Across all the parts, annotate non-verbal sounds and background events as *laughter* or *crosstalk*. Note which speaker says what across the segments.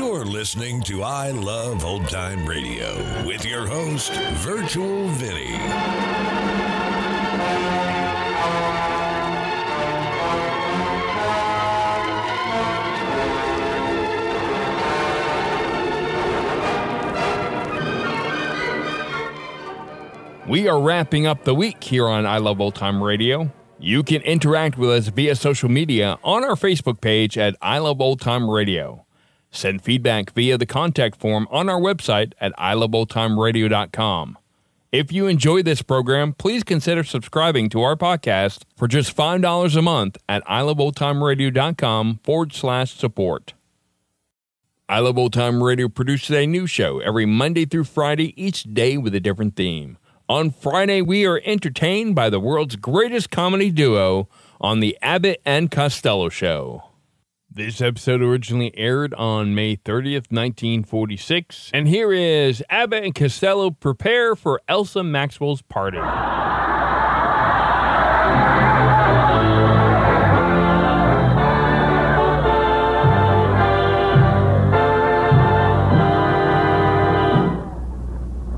Speaker 1: listening to I Love Old Time Radio with your host, Virtual Vinny.
Speaker 2: We are wrapping up the week here on I Love Old Time Radio. You can interact with us via social media on our Facebook page at I Love Old Time Radio. Send feedback via the contact form on our website at iloveoldtimeradio.com. If you enjoy this program, please consider subscribing to our podcast for just $5 a month at iloveoldtimeradio.com forward slash support. I Love Old Time Radio produces a new show every Monday through Friday, each day with a different theme. On Friday, we are entertained by the world's greatest comedy duo on the Abbott and Costello Show. This episode originally aired on May 30th, 1946, and here is Abbott and Costello prepare for Elsa Maxwell's party.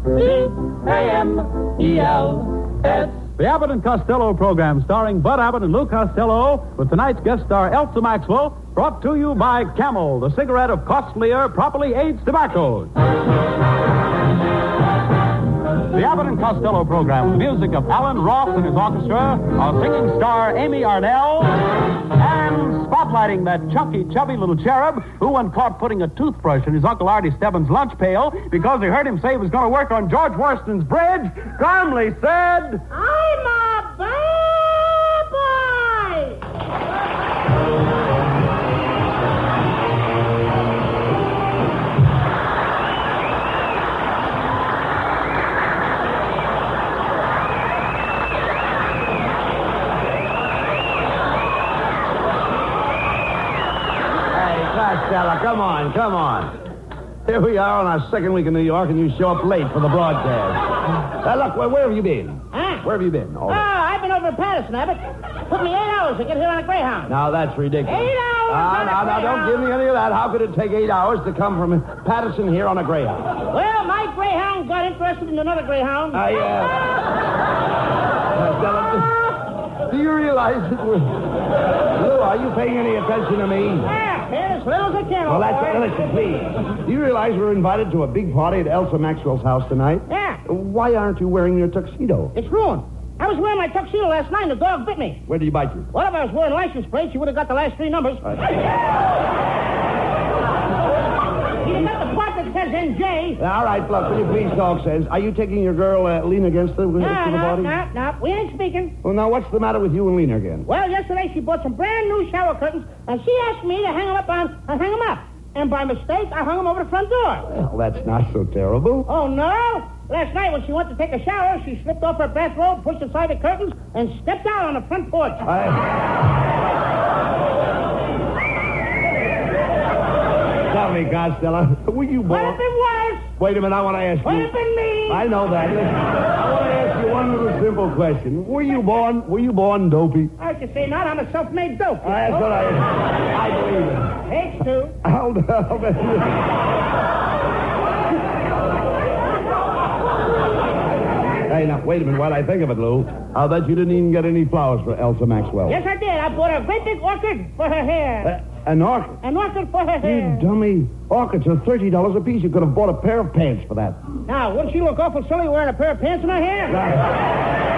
Speaker 3: E
Speaker 4: B-A-M-E-L-S.
Speaker 5: The Abbott and Costello program starring Bud Abbott and Lou Costello with tonight's guest star Elsa Maxwell brought to you by Camel, the cigarette of costlier, properly aged tobaccos. The Abbott and Costello program with music of Alan Roth and his orchestra, our singing star Amy Arnell, and spotlighting that chunky, chubby little cherub who, when caught putting a toothbrush in his Uncle Artie Stebbins' lunch pail because he heard him say he was going to work on George Worston's bridge, calmly said,
Speaker 6: I'm a bad boy.
Speaker 7: Hey, Costello, come on, come on. Here we are on our second week in New York, and you show up late for the broadcast. Uh, look, where, where have you been?
Speaker 6: Huh?
Speaker 7: Where have you been?
Speaker 6: Oh,
Speaker 7: Oh,
Speaker 6: I've been over to Patterson, Abbott. Took me eight hours to get here on a Greyhound.
Speaker 7: Now that's ridiculous.
Speaker 6: Eight hours
Speaker 7: Now,
Speaker 6: on a
Speaker 7: now, now, don't
Speaker 6: Greyhound.
Speaker 7: give me any of that. How could it take eight hours to come from Patterson here on
Speaker 6: *laughs*
Speaker 7: a Greyhound?
Speaker 6: Well, my Greyhound got interested in another Greyhound.
Speaker 7: I, uh... Costello, do do you realize that we're... Lou, are you paying any attention to me?
Speaker 6: Ah, as little as I can.
Speaker 7: Well,
Speaker 6: old
Speaker 7: that's...
Speaker 6: boy.
Speaker 7: Listen, please. Do you realize we're invited to a big party at Elsa Maxwell's house tonight?
Speaker 6: Yeah,
Speaker 7: Why aren't you wearing your tuxedo?
Speaker 6: it's ruined. I was wearing my tuxedo last night and the dog bit me.
Speaker 7: Where did he bite you?
Speaker 6: Well, if I was wearing license plates, you would have got the last three numbers. *laughs* You got the part that says NJ.
Speaker 7: All right, Fluff, will you please talk sense? Are you taking your girl, uh, Lena, against the, to
Speaker 6: No,
Speaker 7: the
Speaker 6: no,
Speaker 7: body?
Speaker 6: no, no. We ain't speaking.
Speaker 7: Well, now, what's the matter with you and Lena again?
Speaker 6: Well, yesterday she bought some brand new shower curtains, and she asked me to hang them up on, I hang them up. And by mistake, I hung them over the front door.
Speaker 7: Well, that's not so terrible.
Speaker 6: Oh, no? Last night when she went to take a shower, she slipped off her bathrobe, pushed aside the curtains, and stepped out on the front porch.
Speaker 7: I... Tell me, Costello, were you
Speaker 6: What if
Speaker 7: born...
Speaker 6: it was?
Speaker 7: Wait a minute, I want to ask
Speaker 6: What
Speaker 7: you...
Speaker 6: if it me?
Speaker 7: I know that. Listen, I want to ask you one little simple question. Were you born... Were you born dopey?
Speaker 6: I should say not. I'm a self-made dope.
Speaker 7: Oh, that's what I... I believe it.
Speaker 6: Takes two.
Speaker 7: *laughs* Hold up. hey, now, wait a minute. While I think of it, Lou, I'll bet you didn't even get any flowers for Elsa Maxwell.
Speaker 6: Yes, I did. I bought her a great big orchid for her hair.
Speaker 7: Uh, an orchid?
Speaker 6: An orchid for her
Speaker 7: You
Speaker 6: hair.
Speaker 7: dummy. Orchids are $30 a piece. You could have bought a pair of pants for that.
Speaker 6: Now, wouldn't she look awful silly wearing a pair of pants in her hair?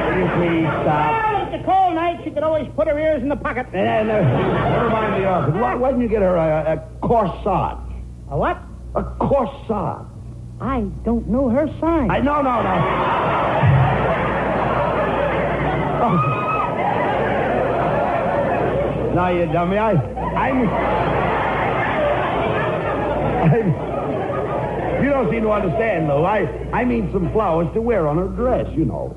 Speaker 7: Will you please stop?
Speaker 6: Well, it's a cold night. She could always put her ears in the pocket.
Speaker 7: Eh, no, never mind the orchid. Why, why didn't you get her a, a corsage?
Speaker 6: A what?
Speaker 7: A corsage.
Speaker 6: I don't know her sign.
Speaker 7: I, no, no, no. Oh. No, you dummy. I, I'm. I'm. You don't seem to understand, though. I, I mean some flowers to wear on her dress, you know.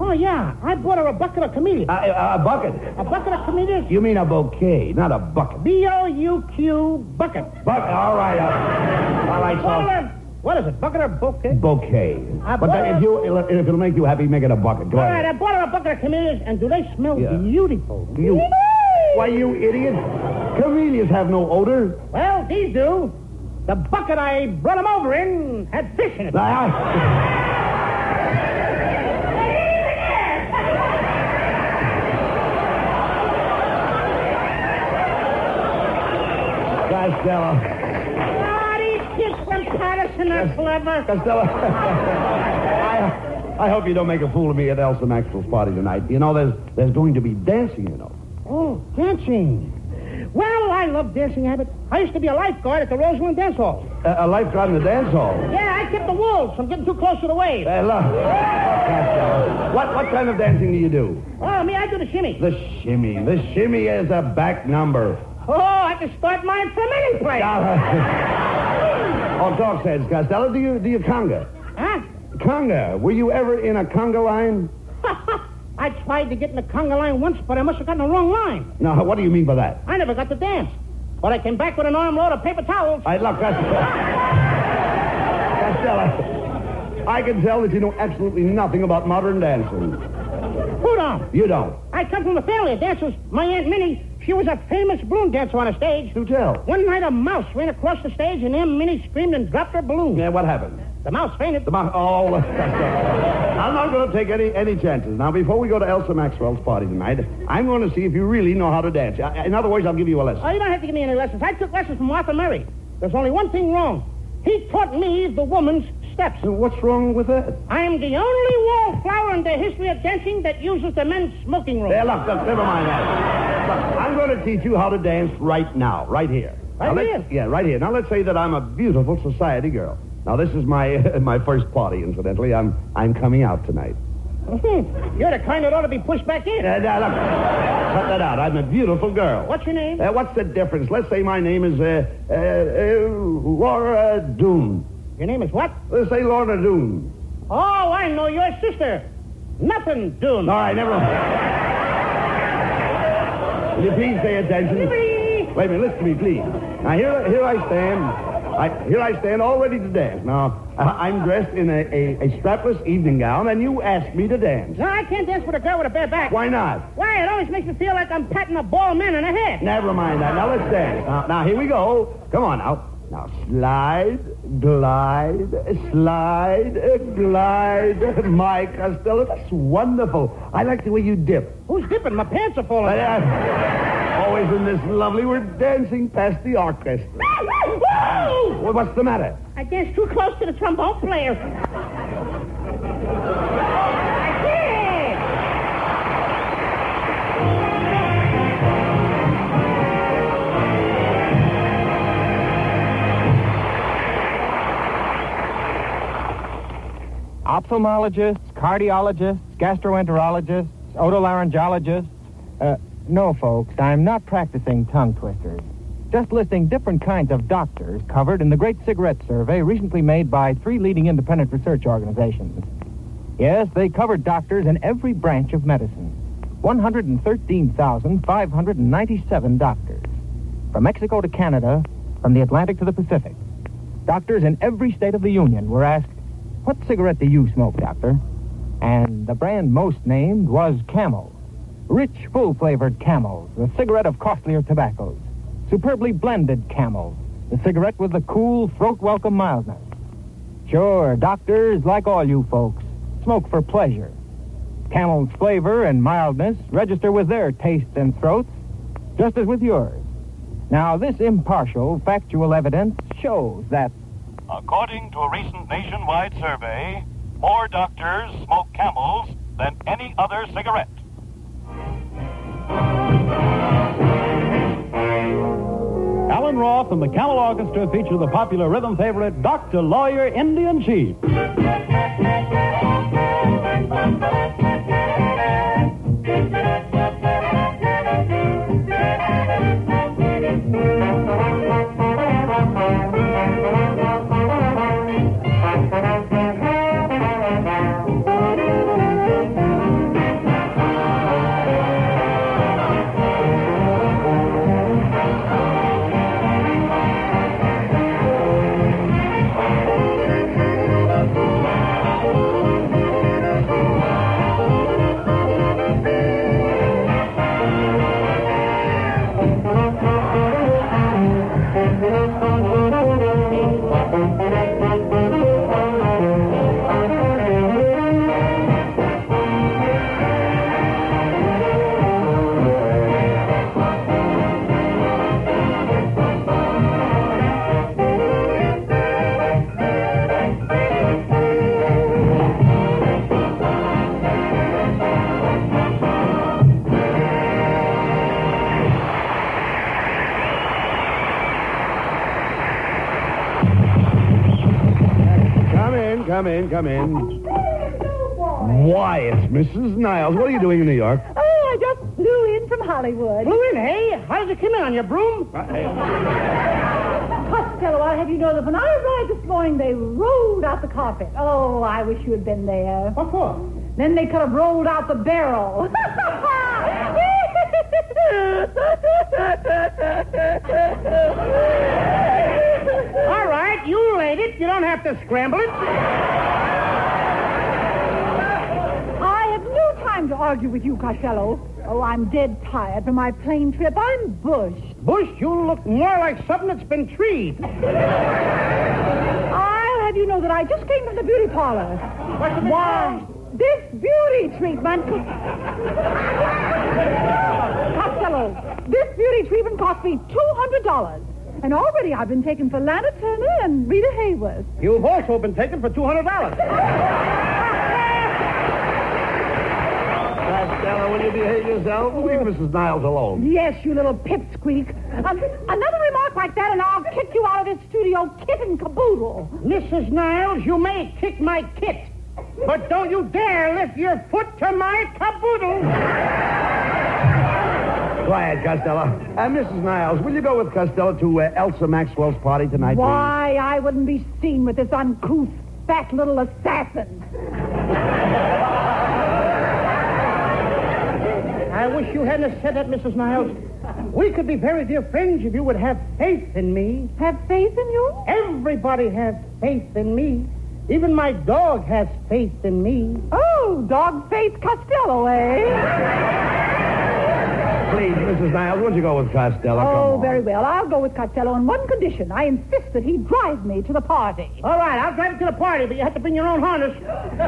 Speaker 6: Oh, yeah. I bought her a bucket of camellias.
Speaker 7: A, a, a bucket.
Speaker 6: a bucket of camellias?
Speaker 7: You mean a bouquet, not a bucket.
Speaker 6: B-O-U-Q bucket.
Speaker 7: Bucket. All right. uh, all right,
Speaker 6: Bought
Speaker 7: so.
Speaker 6: her- What is it, bucket or bouquet?
Speaker 7: Bouquet.
Speaker 6: I
Speaker 7: But
Speaker 6: bought
Speaker 7: then if you if it'll make you happy, make it a bucket. Go
Speaker 6: All right,
Speaker 7: ahead.
Speaker 6: I bought her a bucket of camellias, and do they smell
Speaker 7: Yeah.
Speaker 6: beautiful?
Speaker 7: You. Why, you idiot! Camellias have no odor.
Speaker 6: Well, these do. The bucket I brought him over in had fish in it.
Speaker 7: I, Costello.
Speaker 6: God, these kids from Patterson are clever.
Speaker 7: Costello. *laughs* I, I hope you don't make a fool of me at Elsa Maxwell's party tonight. You know, there's, there's going to be dancing, you know.
Speaker 6: Oh, dancing. Well, I love dancing, Abbott. I used to be a lifeguard at the Rosalind Dance Hall.
Speaker 7: A, a lifeguard in the dance hall.
Speaker 6: Yeah, I kept the wolves from getting too close to the waves.
Speaker 7: Hey, look. Costello, What, what kind of dancing do you do?
Speaker 6: Oh, me, I do the shimmy.
Speaker 7: The shimmy. The shimmy is a back number. *laughs*
Speaker 6: Oh, I can start mine from any place.
Speaker 7: oh, dog says, Costello, do you do you conga?
Speaker 6: Huh?
Speaker 7: Conga. Were you ever in a conga line?
Speaker 6: I tried to get in the conga line once, but I must have gotten the wrong line.
Speaker 7: No, what do you mean by that?
Speaker 6: I never got to dance. But I came back with an armload of paper towels.
Speaker 7: I look, Costello. Costello, I can tell that you know absolutely nothing about modern dancing.
Speaker 6: Who don't?
Speaker 7: You don't.
Speaker 6: I come from a family of dancers. My Aunt Minnie, she was a famous balloon dancer on a stage.
Speaker 7: Do tell.
Speaker 6: One night a mouse ran across the stage and Aunt Minnie screamed and dropped her balloon.
Speaker 7: Yeah, what happened?
Speaker 6: The mouse fainted.
Speaker 7: The mouse. Oh, look, Costello. I'm not going to take any any chances. Now, before we go to Elsa Maxwell's party tonight, I'm going to see if you really know how to dance. I- In other words, I'll give you a lesson.
Speaker 6: Oh, you don't have to give me any lessons. I took lessons from Arthur Murray. There's only one thing wrong. He taught me the woman's steps.
Speaker 7: So what's wrong with that?
Speaker 6: I'm the only wallflower in the history of dancing that uses the men's smoking room.
Speaker 7: There, look, look, never mind that. Look, I'm going to teach you how to dance right now, right here.
Speaker 6: Right
Speaker 7: Now, let's-
Speaker 6: here?
Speaker 7: Yeah, right here. Now let's say that I'm a beautiful society girl. Now this is my *laughs* my first party, incidentally. I'm I'm coming out tonight.
Speaker 6: Mhm. You're the kind that ought to be pushed back in.
Speaker 7: Uh, now, look, cut that out. I'm a beautiful girl.
Speaker 6: What's your name?
Speaker 7: Uh, what's the difference? Let's say my name is uh, uh, uh, Laura Doone.
Speaker 6: Your name is what?
Speaker 7: Let's say Laura Doone.
Speaker 6: Oh, I know your sister. Nothing doing.
Speaker 7: All right, never mind. Will you please pay attention? Wait a minute, listen to me, please. Now here, here I stand. I, here I stand, all ready to dance. Now I, I'm dressed in a, a, a strapless evening gown, and you asked me to dance.
Speaker 6: No, I can't dance with a girl with a bare back.
Speaker 7: Why not?
Speaker 6: Why, it always makes me feel like I'm patting a bald man in the head.
Speaker 7: Never mind that. Now let's dance. Now, now here we go. Come on now. Now slide, glide, slide, uh, glide. My Costello, that's wonderful. I like the way you dip.
Speaker 6: Who's dipping? My pants are falling.
Speaker 7: I- I- oh, isn't this lovely? We're dancing past the orchestra.
Speaker 6: Woo!
Speaker 7: Well, what's the matter?
Speaker 6: I danced too close to the trombone player. I
Speaker 8: ophthalmologists, cardiologists, gastroenterologists, otolaryngologists. Uh, no, folks, I'm not practicing tongue twisters. Just listing different kinds of doctors covered in the Great Cigarette Survey recently made by three leading independent research organizations. Yes, they covered doctors in every branch of medicine. 113,597 doctors. From Mexico to Canada, from the Atlantic to the Pacific. Doctors in every state of the Union were asked, What cigarette do you smoke, doctor? And the brand most named was Camel. Rich, full flavored Camels, the cigarette of costlier tobaccos. Superbly blended Camels, the cigarette with the cool, throat welcome mildness. Sure, doctors, like all you folks, smoke for pleasure. Camel's flavor and mildness register with their tastes and throats, just as with yours. Now, this impartial, factual evidence shows that
Speaker 9: According to a recent nationwide survey, more doctors smoke camels than any other cigarette.
Speaker 5: Alan Roth and the Camel Orchestra feature the popular rhythm favorite, Dr. Lawyer Indian Chief.
Speaker 7: Come in, come in. Why, it's Mrs. Niles. What are you doing in New York?
Speaker 10: Oh, I just flew in from Hollywood.
Speaker 6: Flew in, hey? How did you come in on your broom?
Speaker 7: Uh,
Speaker 10: Costello, I'll have you know that when I arrived this morning, they rolled out the carpet. Oh, I wish you had been there.
Speaker 6: What for?
Speaker 10: Then they could have rolled out the
Speaker 6: *laughs*
Speaker 10: barrel.
Speaker 6: All right, you laid it. You don't have to scramble it.
Speaker 10: I have no time to argue with you, Costello. Oh, I'm dead tired from my plane trip. I'm bushed.
Speaker 6: Bush, you look more like something that's been treed.
Speaker 10: I'll have you know that I just came from the beauty parlor.
Speaker 6: What's the
Speaker 10: Why, this beauty treatment. Costello, this beauty treatment cost me $200. And already I've been taken for Lana Turner and Rita Hayworth.
Speaker 6: You've also been taken for $200.
Speaker 7: Costello, will you behave yourself? Leave Mrs. Niles alone.
Speaker 10: Oh. Yes, you little pipsqueak. An- another remark like that, and I'll kick you out of this studio kit and caboodle.
Speaker 6: Mrs. Niles, you may kick my kit, but don't you dare lift your foot to my caboodle.
Speaker 7: Quiet, Costello. And Mrs. Niles, will you go with Costello to uh, Elsa Maxwell's party tonight? please?
Speaker 10: Why, I wouldn't be seen with this uncouth, fat little assassin.
Speaker 6: I wish you hadn't said that, Mrs. Niles. We could be very dear friends if you would have faith in me.
Speaker 10: Have faith in you?
Speaker 6: Everybody has faith in me. Even my dog has faith in me.
Speaker 10: Oh, dog face Costello, eh?
Speaker 7: Please, Mrs. Niles, won't you go with Costello? Come
Speaker 10: Oh,
Speaker 7: on.
Speaker 10: very well. I'll go with Costello on one condition. I insist that he drive me to the party.
Speaker 6: All right, I'll drive you to the party, but you have to bring your own harness.
Speaker 10: I've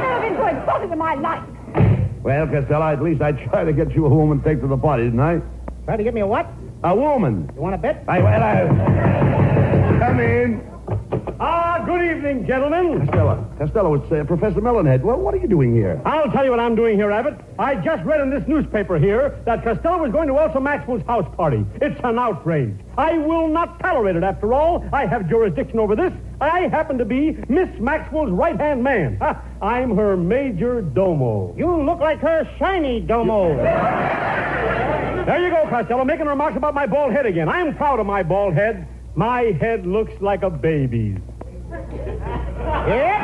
Speaker 10: never been so insulted in my life.
Speaker 11: Oh.
Speaker 7: Well, Costello, at least I tried to get you a woman to take to the party, didn't I?
Speaker 6: Try to get me a what?
Speaker 7: A woman.
Speaker 6: You want to bet?
Speaker 7: I, well, I... Come in.
Speaker 6: Ah, good evening, gentlemen.
Speaker 7: Costello. Costello, it's uh, Professor Melonhead. Well, what are you doing here?
Speaker 6: I'll tell you what I'm doing here, Abbott. I just read in this newspaper here that Costello was going to Elsa Maxwell's house party. It's an outrage. I will not tolerate it, after all. I have jurisdiction over this. I happen to be Miss Maxwell's right hand man. Ha, I'm her major domo. You look like her shiny domo. there you go, Costello, making remarks about my bald head again. I'm proud of my bald head. My head looks like a baby's. Yep, yep,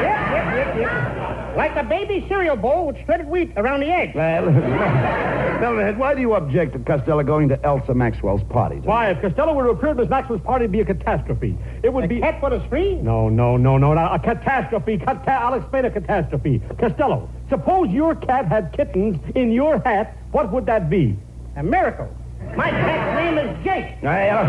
Speaker 6: yep, yep, yep. Like a baby cereal bowl with shredded wheat around the edge.
Speaker 7: Well, *laughs* Melonhead, why do you object to Costello going to Elsa Maxwell's party? tonight?
Speaker 11: Why, if Costello were to appear at Miss Maxwell's party, it'd be a catastrophe. It would be.
Speaker 6: Cat for the free?
Speaker 11: No, no, no, no, no. A catastrophe. Cata- I'll explain a catastrophe. Costello, suppose your cat had kittens in your hat. What would that be?
Speaker 6: A miracle. My cat's name is Jake.
Speaker 7: Hey, uh,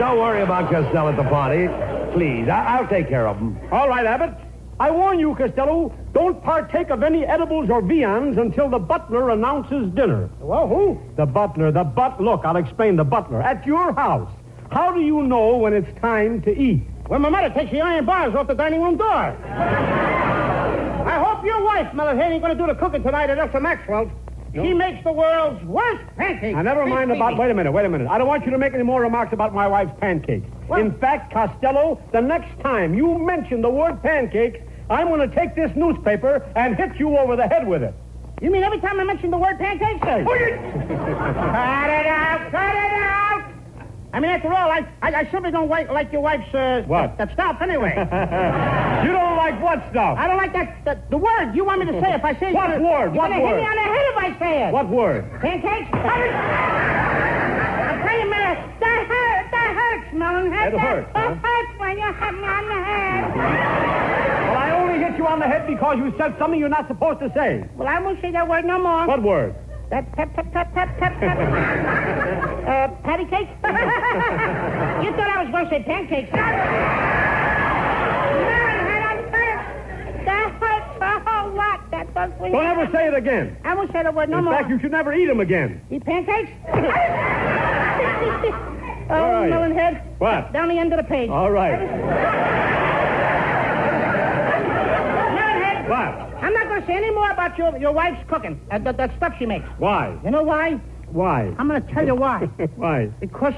Speaker 7: don't worry about Costello at the party. Please, I- I'll take care of him.
Speaker 11: All right, Abbott. I warn you, Costello, don't partake of any edibles or viands until the butler announces dinner.
Speaker 6: Well, who?
Speaker 11: The butler, the but. Look, I'll explain the butler. At your house. How do you know when it's time to eat?
Speaker 6: Well, my mother takes the iron bars off the dining room door. I hope your wife, Melody, ain't going to do the cooking tonight at Elsa Maxwell's. She makes the world's worst pancakes.
Speaker 11: Now, never mind about. Wait a minute, wait a minute. I don't want you to make any more remarks about my wife's pancakes. In fact, Costello, the next time you mention the word pancakes, I'm going to take this newspaper and hit you over the head with it.
Speaker 6: You mean every time I mention the word pancakes, sir? cut it out! Cut it out! I mean, after all, I, I, I certainly don't like, like your wife's... Uh,
Speaker 11: What?
Speaker 6: That, that stuff, anyway.
Speaker 11: *laughs* You don't like what stuff?
Speaker 6: I don't like that, that... The word you want me to say if I say...
Speaker 11: What word?
Speaker 6: You're
Speaker 11: What
Speaker 6: gonna
Speaker 11: word?
Speaker 6: hit me on the head if I say it.
Speaker 11: What word?
Speaker 6: Pancakes? Cut it! Now, Wait a minute. That hurts. That hurts, Melon.
Speaker 11: It hurts, huh? Mm-hmm.
Speaker 6: That hurts when you hit me on the head.
Speaker 11: Well, I only hit you on the head because you said something you're not supposed to say.
Speaker 6: Well, I won't say that word no more.
Speaker 11: What word?
Speaker 6: That pep, pep, pep, pep, pep,
Speaker 11: *laughs*
Speaker 6: pep. uh, patty cake? *laughs* you thought I was going to say pancakes. That hurts a whole lot. That does for you.
Speaker 11: Don't ever say it again.
Speaker 6: I won't say the word no
Speaker 11: In
Speaker 6: more.
Speaker 11: fact, you should never eat them again.
Speaker 6: Eat pancakes?
Speaker 11: All
Speaker 6: oh,
Speaker 11: right.
Speaker 6: melon head.
Speaker 11: What?
Speaker 6: Down the end of the page.
Speaker 11: All right.
Speaker 6: Melon head.
Speaker 11: What?
Speaker 6: I'm not going to say any more about your, your wife's cooking, uh, that, that stuff she makes.
Speaker 11: Why?
Speaker 6: You know why?
Speaker 11: Why?
Speaker 3: *laughs*
Speaker 6: I'm going to tell you why.
Speaker 11: Why?
Speaker 6: because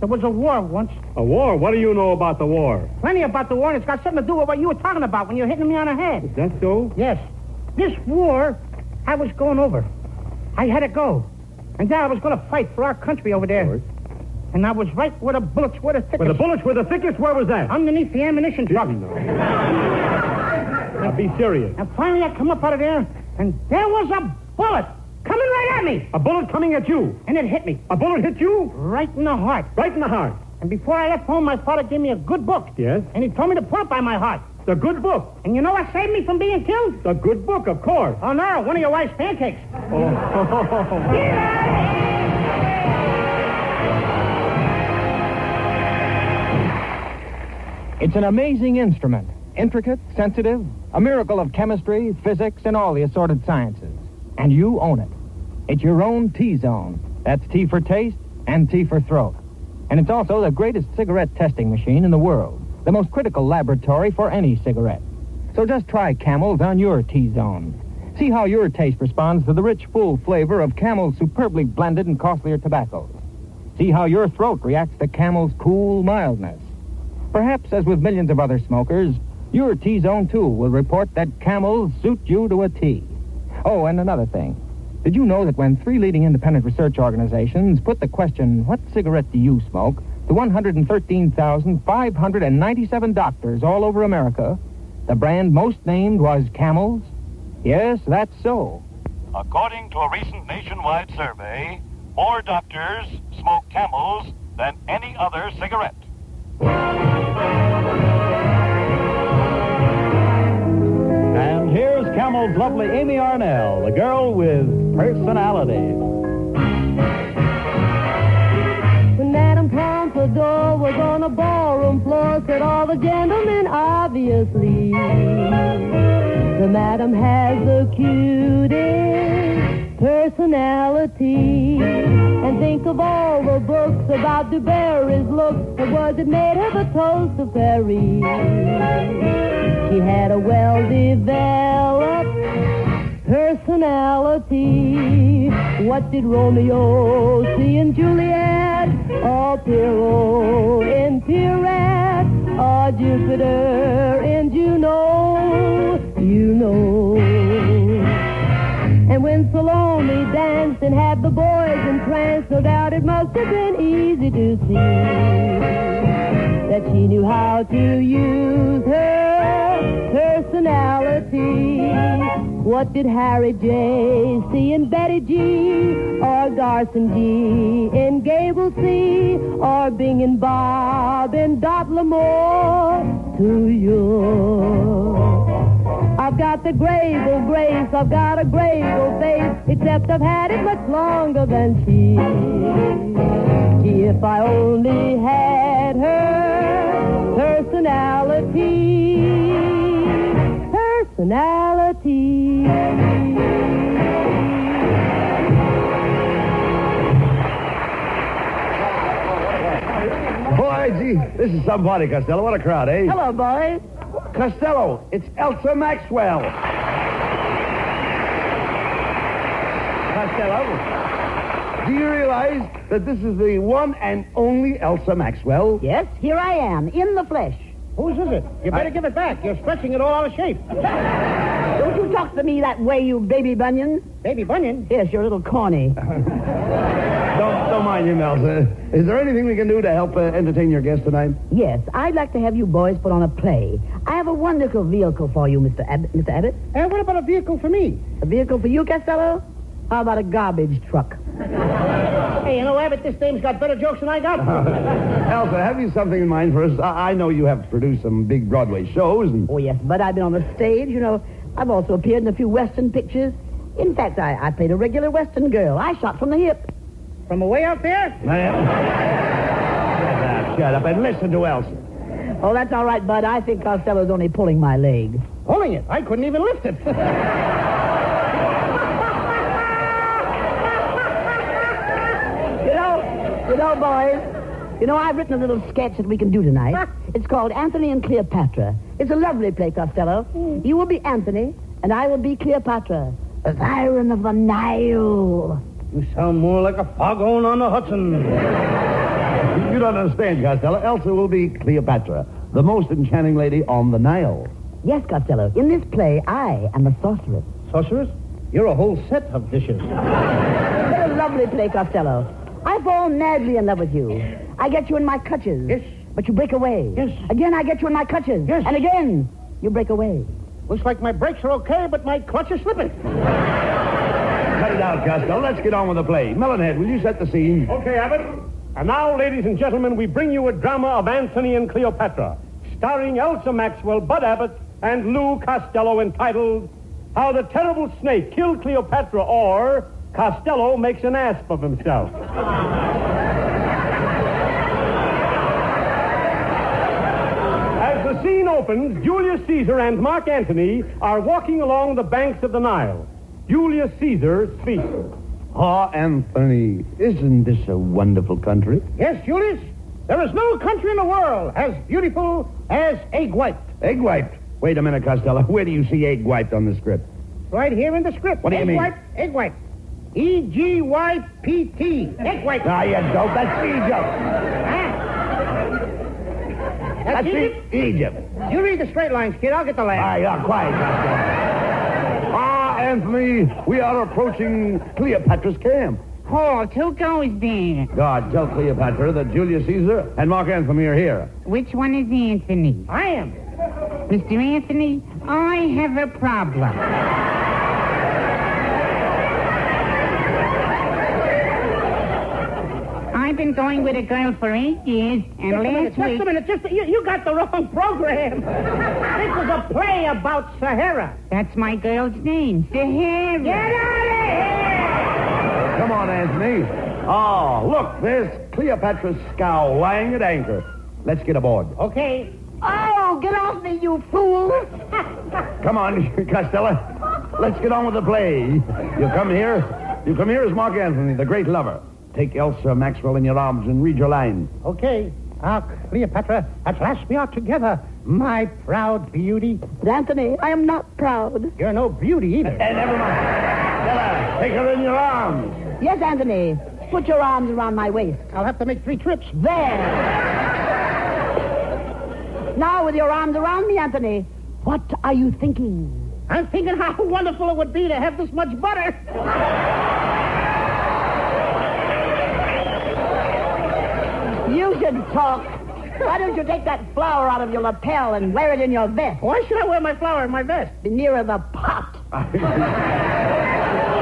Speaker 6: There was a war once.
Speaker 3: A war? What do you know about the war?
Speaker 6: Plenty about the war, and it's got something to do with what you were talking about when you were hitting me on the head.
Speaker 3: Is that so?
Speaker 6: Yes. This war, I was going over. I had to go. And then I was going to fight for our country over there. And I was right where the bullets were the thickest.
Speaker 3: Where the bullets were the thickest? Where was that?
Speaker 6: Underneath the ammunition truck.
Speaker 3: Now, be serious.
Speaker 6: And finally, I come up out of there, and there was a bullet coming right at me.
Speaker 3: A bullet coming at you?
Speaker 6: And it hit me.
Speaker 3: A bullet hit you?
Speaker 6: Right in the heart.
Speaker 3: Right in the heart.
Speaker 6: And before I left home, my father gave me a good book.
Speaker 3: Yes?
Speaker 6: And he told me to put it by my heart.
Speaker 3: The good book.
Speaker 6: And you know what saved me from being killed?
Speaker 3: The good book, of course.
Speaker 6: Oh, no, one of your wife's pancakes.
Speaker 3: Oh. *laughs*
Speaker 8: It's an amazing instrument, intricate, sensitive, a miracle of chemistry, physics, and all the assorted sciences. And you own it. It's your own T zone. That's T for taste and T for throat. And it's also the greatest cigarette testing machine in the world, the most critical laboratory for any cigarette. So just try Camels on your T zone. See how your taste responds to the rich, full flavor of Camel's superbly blended and costlier tobaccos. See how your throat reacts to Camel's cool mildness. Perhaps, as with millions of other smokers, your T Zone too will report that camels suit you to a T. Oh, and another thing. Did you know that when three leading independent research organizations put the question, What cigarette do you smoke? to 113,597 doctors all over America, the brand most named was Camels? Yes, that's so.
Speaker 5: According to a recent nationwide survey, more doctors smoke camels than any other cigarette.
Speaker 12: And here's Camel's lovely Amy Arnell, the girl with personality.
Speaker 13: When Madame Pompadour was on a ballroom floor, said all the gentlemen, obviously. The madam has the cutest personality. And think of all the books about Du Barry's looks. It was it made her the toast of Paris. She had a well-developed personality. What did Romeo see in Juliet? Or Pierrot in Pierrette? Or Jupiter in Juno? You know. And when Salome danced and had the boys entranced, no doubt it must have been easy to see that she knew how to use her personality. What did Harry J. see in Betty G? Or Garson G in Gable C? Or Bing and Bob in Dot Lamore? To you. I've got the grave old grace, I've got a grave old face, except I've had it much longer than she. Gee, if I only had her personality personality.
Speaker 7: Boy, gee, this is somebody, Costello. What a crowd, eh?
Speaker 13: Hello, boys.
Speaker 7: Costello, it's Elsa Maxwell. Costello, do you realize that this is the one and only Elsa Maxwell?
Speaker 13: Yes, here I am, in the flesh.
Speaker 6: Whose is it? You better
Speaker 7: I-
Speaker 6: give it back. You're stretching it all out of shape. *laughs*
Speaker 13: Don't you talk to me that way, you baby bunion.
Speaker 6: Baby Bunyan?
Speaker 13: Yes, you're a little
Speaker 6: *laughs*
Speaker 13: corny.
Speaker 7: Oh, Don't, don't mind him, Elsa. Is there anything we can do to help uh, entertain your guest tonight?
Speaker 13: yes, I'd like to have you boys put on a play. I have a wonderful vehicle for you, Mr. Abbott. Mr. Abbott,
Speaker 6: And what about a vehicle for me?
Speaker 13: a vehicle for you, Costello? How about a garbage truck?
Speaker 6: Hey, you know, Abbott, this dame's got better jokes than I
Speaker 3: *laughs*
Speaker 6: got.
Speaker 7: Elsa, have you something in mind for us? I, I know you have produced some big Broadway shows. And...
Speaker 13: Oh, yes, but I've been on the stage, you know. I've also appeared in a few Western pictures. In fact, I, I played a regular Western girl. I shot from the hip.
Speaker 6: From away out there?
Speaker 7: Now, shut up and listen to Elsa.
Speaker 13: Oh, that's all right, Bud. I think Costello's only pulling my leg.
Speaker 6: Pulling it. I couldn't even lift it.
Speaker 13: You know, *laughs* you know, boys. You know, I've written a little sketch that we can do
Speaker 6: *laughs*
Speaker 13: tonight. It's called Anthony and Cleopatra. It's a lovely play, Costello.
Speaker 6: Hmm.
Speaker 13: You will be Anthony, and I will be Cleopatra, the siren of the Nile.
Speaker 6: you sound more like a foghorn on the Hudson.
Speaker 7: You don't understand, Costello. Elsa will be Cleopatra, the most enchanting lady on the Nile.
Speaker 14: Yes, Costello. In this play, I am a sorceress.
Speaker 6: Sorceress? You're a whole set of dishes.
Speaker 14: What a lovely play, Costello. I fall madly in love with you. I get you in my clutches. Yes. But you break away. Yes. Again, I get you in my clutches. Yes. And again, you break away.
Speaker 6: Looks like my brakes are okay, but my clutch is slipping.
Speaker 7: Cut it out, Costello. Let's get on with the play. Melonhead, will you set the scene?
Speaker 11: Okay, Abbott. And now, ladies and gentlemen, we bring you a drama of Antony and Cleopatra, starring Elsa Maxwell, Bud Abbott, and Lou Costello, entitled How the Terrible Snake Killed Cleopatra or Costello Makes an Asp of Himself. As the scene opens, Julius Caesar and Mark Antony are walking along the banks of the Nile. Julius Caesar speaks.
Speaker 7: Ah, Anthony, isn't this a wonderful country?
Speaker 6: Yes, Julius? There is no country in the world as beautiful as egg white.
Speaker 7: Egg white. Wait a minute, Costello. Where do you see egg white on the script?
Speaker 6: Right here in the script.
Speaker 7: What do you
Speaker 6: egg
Speaker 7: mean?
Speaker 6: White, egg white. E G Y P T. Egg white.
Speaker 7: Ah, you dope. That's Egypt.
Speaker 6: That's Egypt?
Speaker 7: Egypt.
Speaker 6: You read the straight lines, kid. I'll get the
Speaker 7: Ah,
Speaker 6: last.
Speaker 7: yeah, quiet, Costello. Ah, Anthony, we are approaching Cleopatra's camp.
Speaker 15: Oh, two goes there.
Speaker 7: God, tell Cleopatra that Julius Caesar and Mark Anthony are here.
Speaker 15: Which one is Anthony? I am. Mr. Anthony, I have a problem. I've been going with a girl for eight years, and
Speaker 6: just
Speaker 15: last
Speaker 6: a minute,
Speaker 15: week.
Speaker 6: just a minute, just a, you, you got the wrong program. this was a play about Sahara.
Speaker 15: That's my girl's name, Sahara. Get
Speaker 7: Come on, Anthony. Ah, look, there's Cleopatra's scow lying at anchor. Let's get aboard.
Speaker 6: Okay.
Speaker 15: Oh, get off me, you fool!
Speaker 7: Come on, *laughs* Costello. Let's get on with the play. You come here. You come here as Mark Anthony, the great lover. Take Elsa Maxwell in your arms and read your line. *laughs*
Speaker 6: Okay. Ah, Cleopatra, at last we are together. My proud beauty.
Speaker 14: But, Anthony, I am not proud.
Speaker 6: You're no beauty either.
Speaker 7: never mind. Take her in your arms.
Speaker 14: Yes, Anthony. Put your arms around my waist.
Speaker 6: I'll have to make three trips.
Speaker 14: There. now, with your arms around me, Anthony, what are you thinking?
Speaker 6: I'm thinking how *laughs* wonderful it would be to have this much butter.
Speaker 14: You should talk. Why don't you take that flower out of your lapel and wear it in your vest?
Speaker 6: Why should I wear my flower in my vest?
Speaker 14: Be nearer the pot.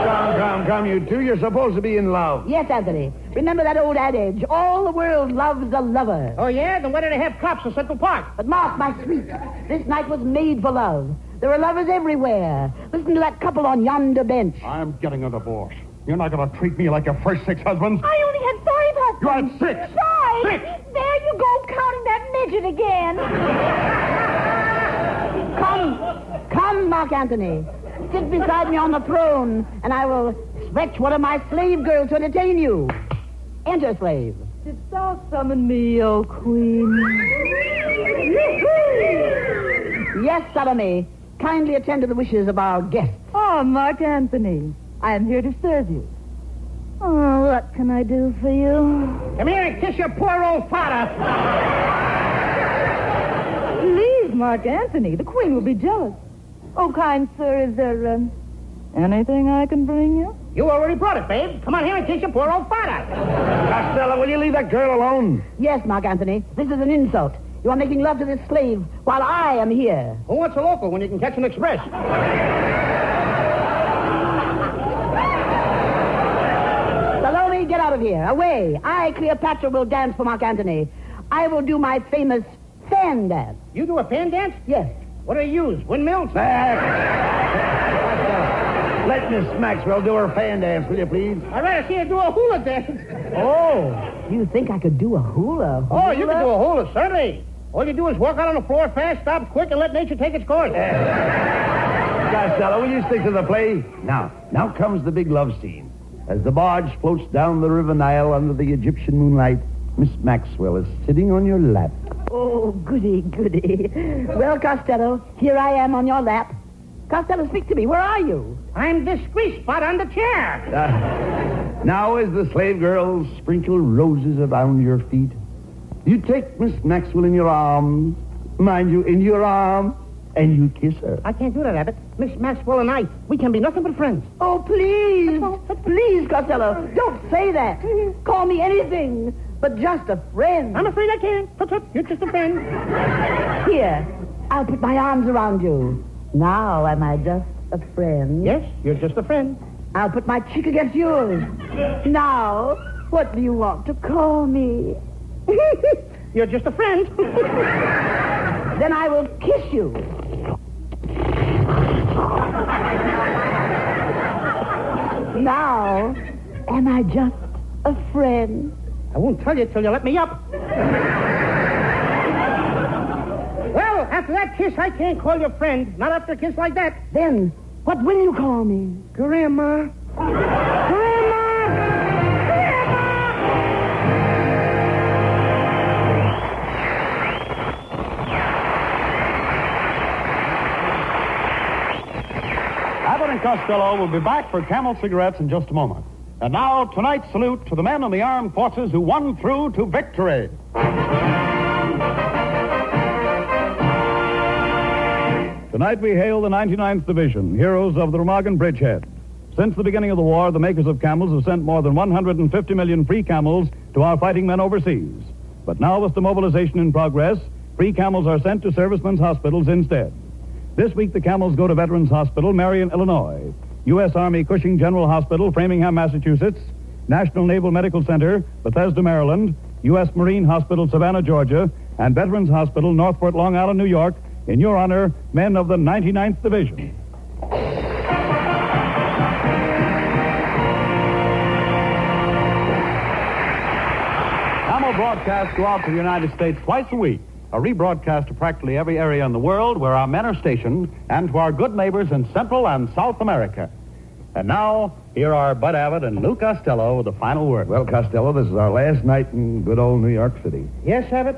Speaker 7: Come, come, come, you two. You're supposed to be in love.
Speaker 14: Yes, Anthony. Remember that old adage, all the world loves a lover.
Speaker 6: Oh, yeah? Then why did I have cops in Central Park?
Speaker 14: But mark, my sweet, this night was made for love. There are lovers everywhere. Listen to that couple on yonder bench.
Speaker 16: I'm getting a divorce. You're not going to treat me like your first six husbands.
Speaker 3: I only had five husbands.
Speaker 16: You had six.
Speaker 3: Five?
Speaker 16: Six.
Speaker 3: There you go, counting that midget again.
Speaker 14: Come, come, Mark Anthony. Sit beside me on the throne, and I will stretch one of my slave girls to entertain you. Enter, slave.
Speaker 10: Didst thou summon me, O queen?
Speaker 14: Yes, Salome. Kindly attend to the wishes of our guest.
Speaker 10: Oh, Mark Anthony, I am here to serve you. Oh, what can I do for you?
Speaker 6: Come here and kiss your poor old father.
Speaker 10: Please, Mark Anthony, the Queen will be jealous. Oh, kind sir, is there um, anything I can bring you?
Speaker 6: you already brought it, babe. Come on here and kiss your poor old father.
Speaker 7: Costello, will you leave that girl alone?
Speaker 14: Yes, Mark Anthony, this is an insult. You are making love to this slave while I am here.
Speaker 6: Who wants a local when you can catch an express?
Speaker 14: Salome, get out of here. Away. I, Cleopatra, will dance for Mark Antony. I will do my famous fan dance.
Speaker 6: You do a fan dance?
Speaker 14: Yes.
Speaker 6: What do you use? Windmills?
Speaker 7: Let Miss Maxwell do her fan dance, will you, please?
Speaker 6: I'd rather see her do a hula dance.
Speaker 14: Oh. You think I could do a hula?
Speaker 6: Oh, you can do a hula, certainly. All you do is walk out on the floor fast, stop quick, and let nature take its course.
Speaker 7: Costello, will you stick to the play? Now, now comes the big love scene. As the barge floats down the River Nile under the Egyptian moonlight, Miss Maxwell is sitting on your lap.
Speaker 14: Oh, goody, goody. Well, Costello, here I am on your lap. Costello, speak to me. Where are you?
Speaker 6: I'm this grease spot on the chair.
Speaker 7: Uh, Now, as the slave girls sprinkle roses around your feet, You take Miss Maxwell in your arms, mind you, in your arms, and you kiss her.
Speaker 6: I can't do that, Abbott. Miss Maxwell and I, we can be nothing but friends.
Speaker 14: Oh, please. Please, Costello, don't say that. Call me anything but just a friend. I'm
Speaker 6: Mm-hmm. afraid I can't. Tut, tut, You're just a friend.
Speaker 14: Here, I'll put my arms around you. Now am I just a friend?
Speaker 6: Yes, you're just a friend.
Speaker 14: I'll put my cheek against yours. Now, what do you want to call me? *laughs*
Speaker 6: you're just a friend.
Speaker 14: then I will kiss you. Now, am I just a friend?
Speaker 6: I won't tell you till you let me up. well, after that kiss, I can't call you a friend. Not after a kiss like that.
Speaker 14: Then, what will you call me?
Speaker 6: Grandma.
Speaker 5: Abbott and Costello will be back for Camel cigarettes in just a moment. And now, tonight's salute to the men in the armed forces who won through to victory.
Speaker 17: Tonight we hail the 99th Division, heroes of the Remagen Bridgehead. Since the beginning of the war, the makers of camels have sent more than 150 million free camels to our fighting men overseas. But now, with the mobilization in progress, free camels are sent to servicemen's hospitals instead. This week, the camels go to Veterans Hospital, Marion, Illinois, U.S. Army Cushing General Hospital, Framingham, Massachusetts, National Naval Medical Center, Bethesda, Maryland, U.S. Marine Hospital, Savannah, Georgia, and Veterans Hospital, Northport, Long Island, New York, in your honor, men of the 99th Division.
Speaker 5: Camel broadcasts go out to the United States twice a week, a rebroadcast to practically every area in the world where our men are stationed, and to our good neighbors in Central and South America. And now, here are Bud Abbott and Lou Costello with the final word.
Speaker 7: Well, Costello, this is our last night in good old New York City.
Speaker 6: Yes, Abbott.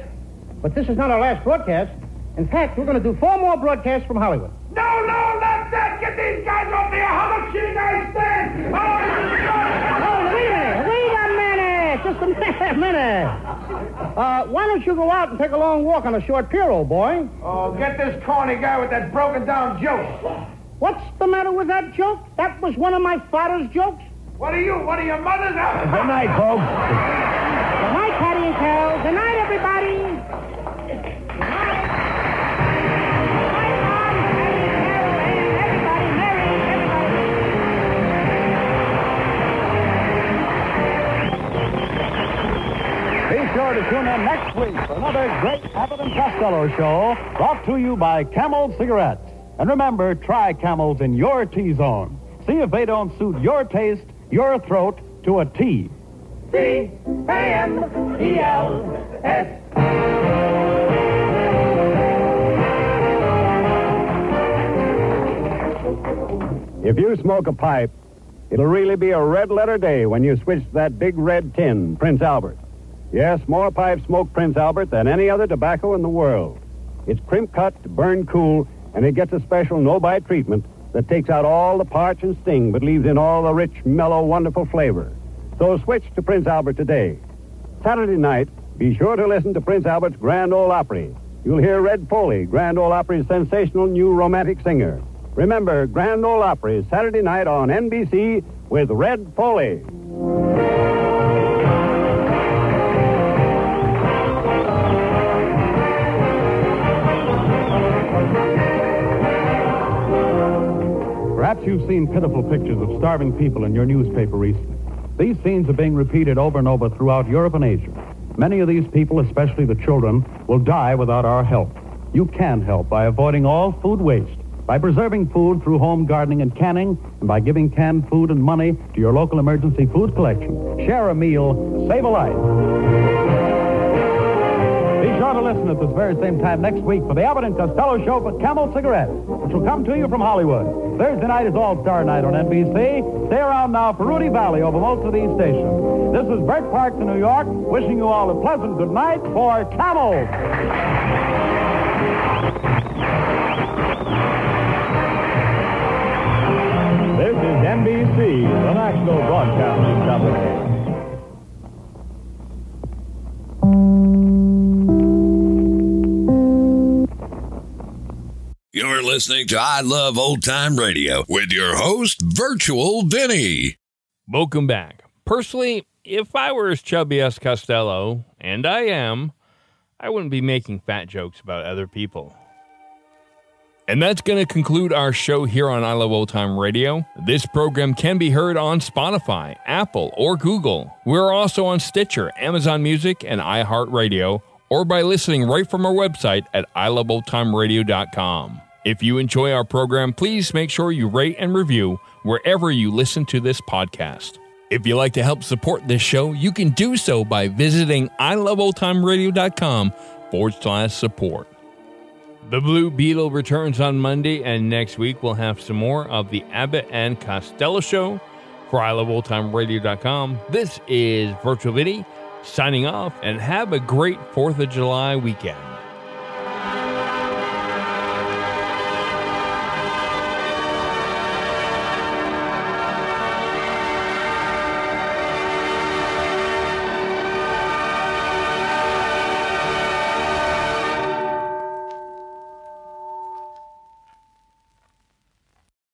Speaker 6: But this is not our last broadcast. In fact, we're going to do four more broadcasts from Hollywood.
Speaker 3: No, no, not that! Get these guys off me! How the shitty guys stand! Oh, this is good.
Speaker 6: Oh, wait a minute. Wait a minute. Just a *laughs* minute. minute. Uh, why don't you go out and take a long walk on a short pier, old boy?
Speaker 3: Oh, get this corny guy with that broken down joke.
Speaker 6: What's the matter with that joke? That was one of my father's jokes.
Speaker 3: What are you? What are your mother's out?
Speaker 7: Good night, folks.
Speaker 3: *laughs*
Speaker 6: Good night, Patty and Carol. Good night, everybody.
Speaker 5: Be sure to tune in next week for another great Abbott and Costello show brought to you by Camel Cigarettes. And remember, try Camels in your T zone. See if they don't suit your taste, your throat, to a T.
Speaker 3: C-A-M-E-L-S.
Speaker 18: If you smoke a pipe, it'll really be a red letter day when you switch to that big red tin, Prince Albert. Yes, more pipes smoke Prince Albert than any other tobacco in the world. It's crimp cut to burn cool, and it gets a special no bite treatment that takes out all the parch and sting but leaves in all the rich, mellow, wonderful flavor. So switch to Prince Albert today. Saturday night, be sure to listen to Prince Albert's Grand Ole Opry. You'll hear Red Foley, Grand Ole Opry's sensational new romantic singer. Remember, Grand Ole Opry, Saturday night on NBC with Red Foley.
Speaker 5: Perhaps you've seen pitiful pictures of starving people in your newspaper recently. These scenes are being repeated over and over throughout Europe and Asia. Many of these people, especially the children, will die without our help. You can help by avoiding all food waste, by preserving food through home gardening and canning, and by giving canned food and money to your local emergency food collection. Share a meal, save a life. Be sure to listen at this very same time next week for the Abbott and Costello Show for Camel Cigarettes, which will come to you from Hollywood. Thursday night is All Star Night on NBC. Stay around now for Rudy Valley over most of these stations. This is Bert Parks in New York, wishing you all a pleasant good night for Camel.
Speaker 19: This is NBC, the National Broadcasting Company.
Speaker 1: listening to I Love Old Time Radio with your host, Virtual Vinny.
Speaker 2: Welcome back. Personally, if I were as chubby as Costello, and I am, I wouldn't be making fat jokes about other people. And that's going to conclude our show here on I Love Old Time Radio. This program can be heard on Spotify, Apple, or Google. We're also on Stitcher, Amazon Music, and iHeartRadio, or by listening right from our website at iloveoldtimeradio.com. If you enjoy our program, please make sure you rate and review wherever you listen to this podcast. If you'd like to help support this show, you can do so by visiting iloveoldtimeradio.com forward slash support. The Blue Beetle returns on Monday, and next week we'll have some more of the Abbott and Costello Show for iloveoldtimeradio.com. This is Virtual Vinny signing off, and have a great 4th of July weekend.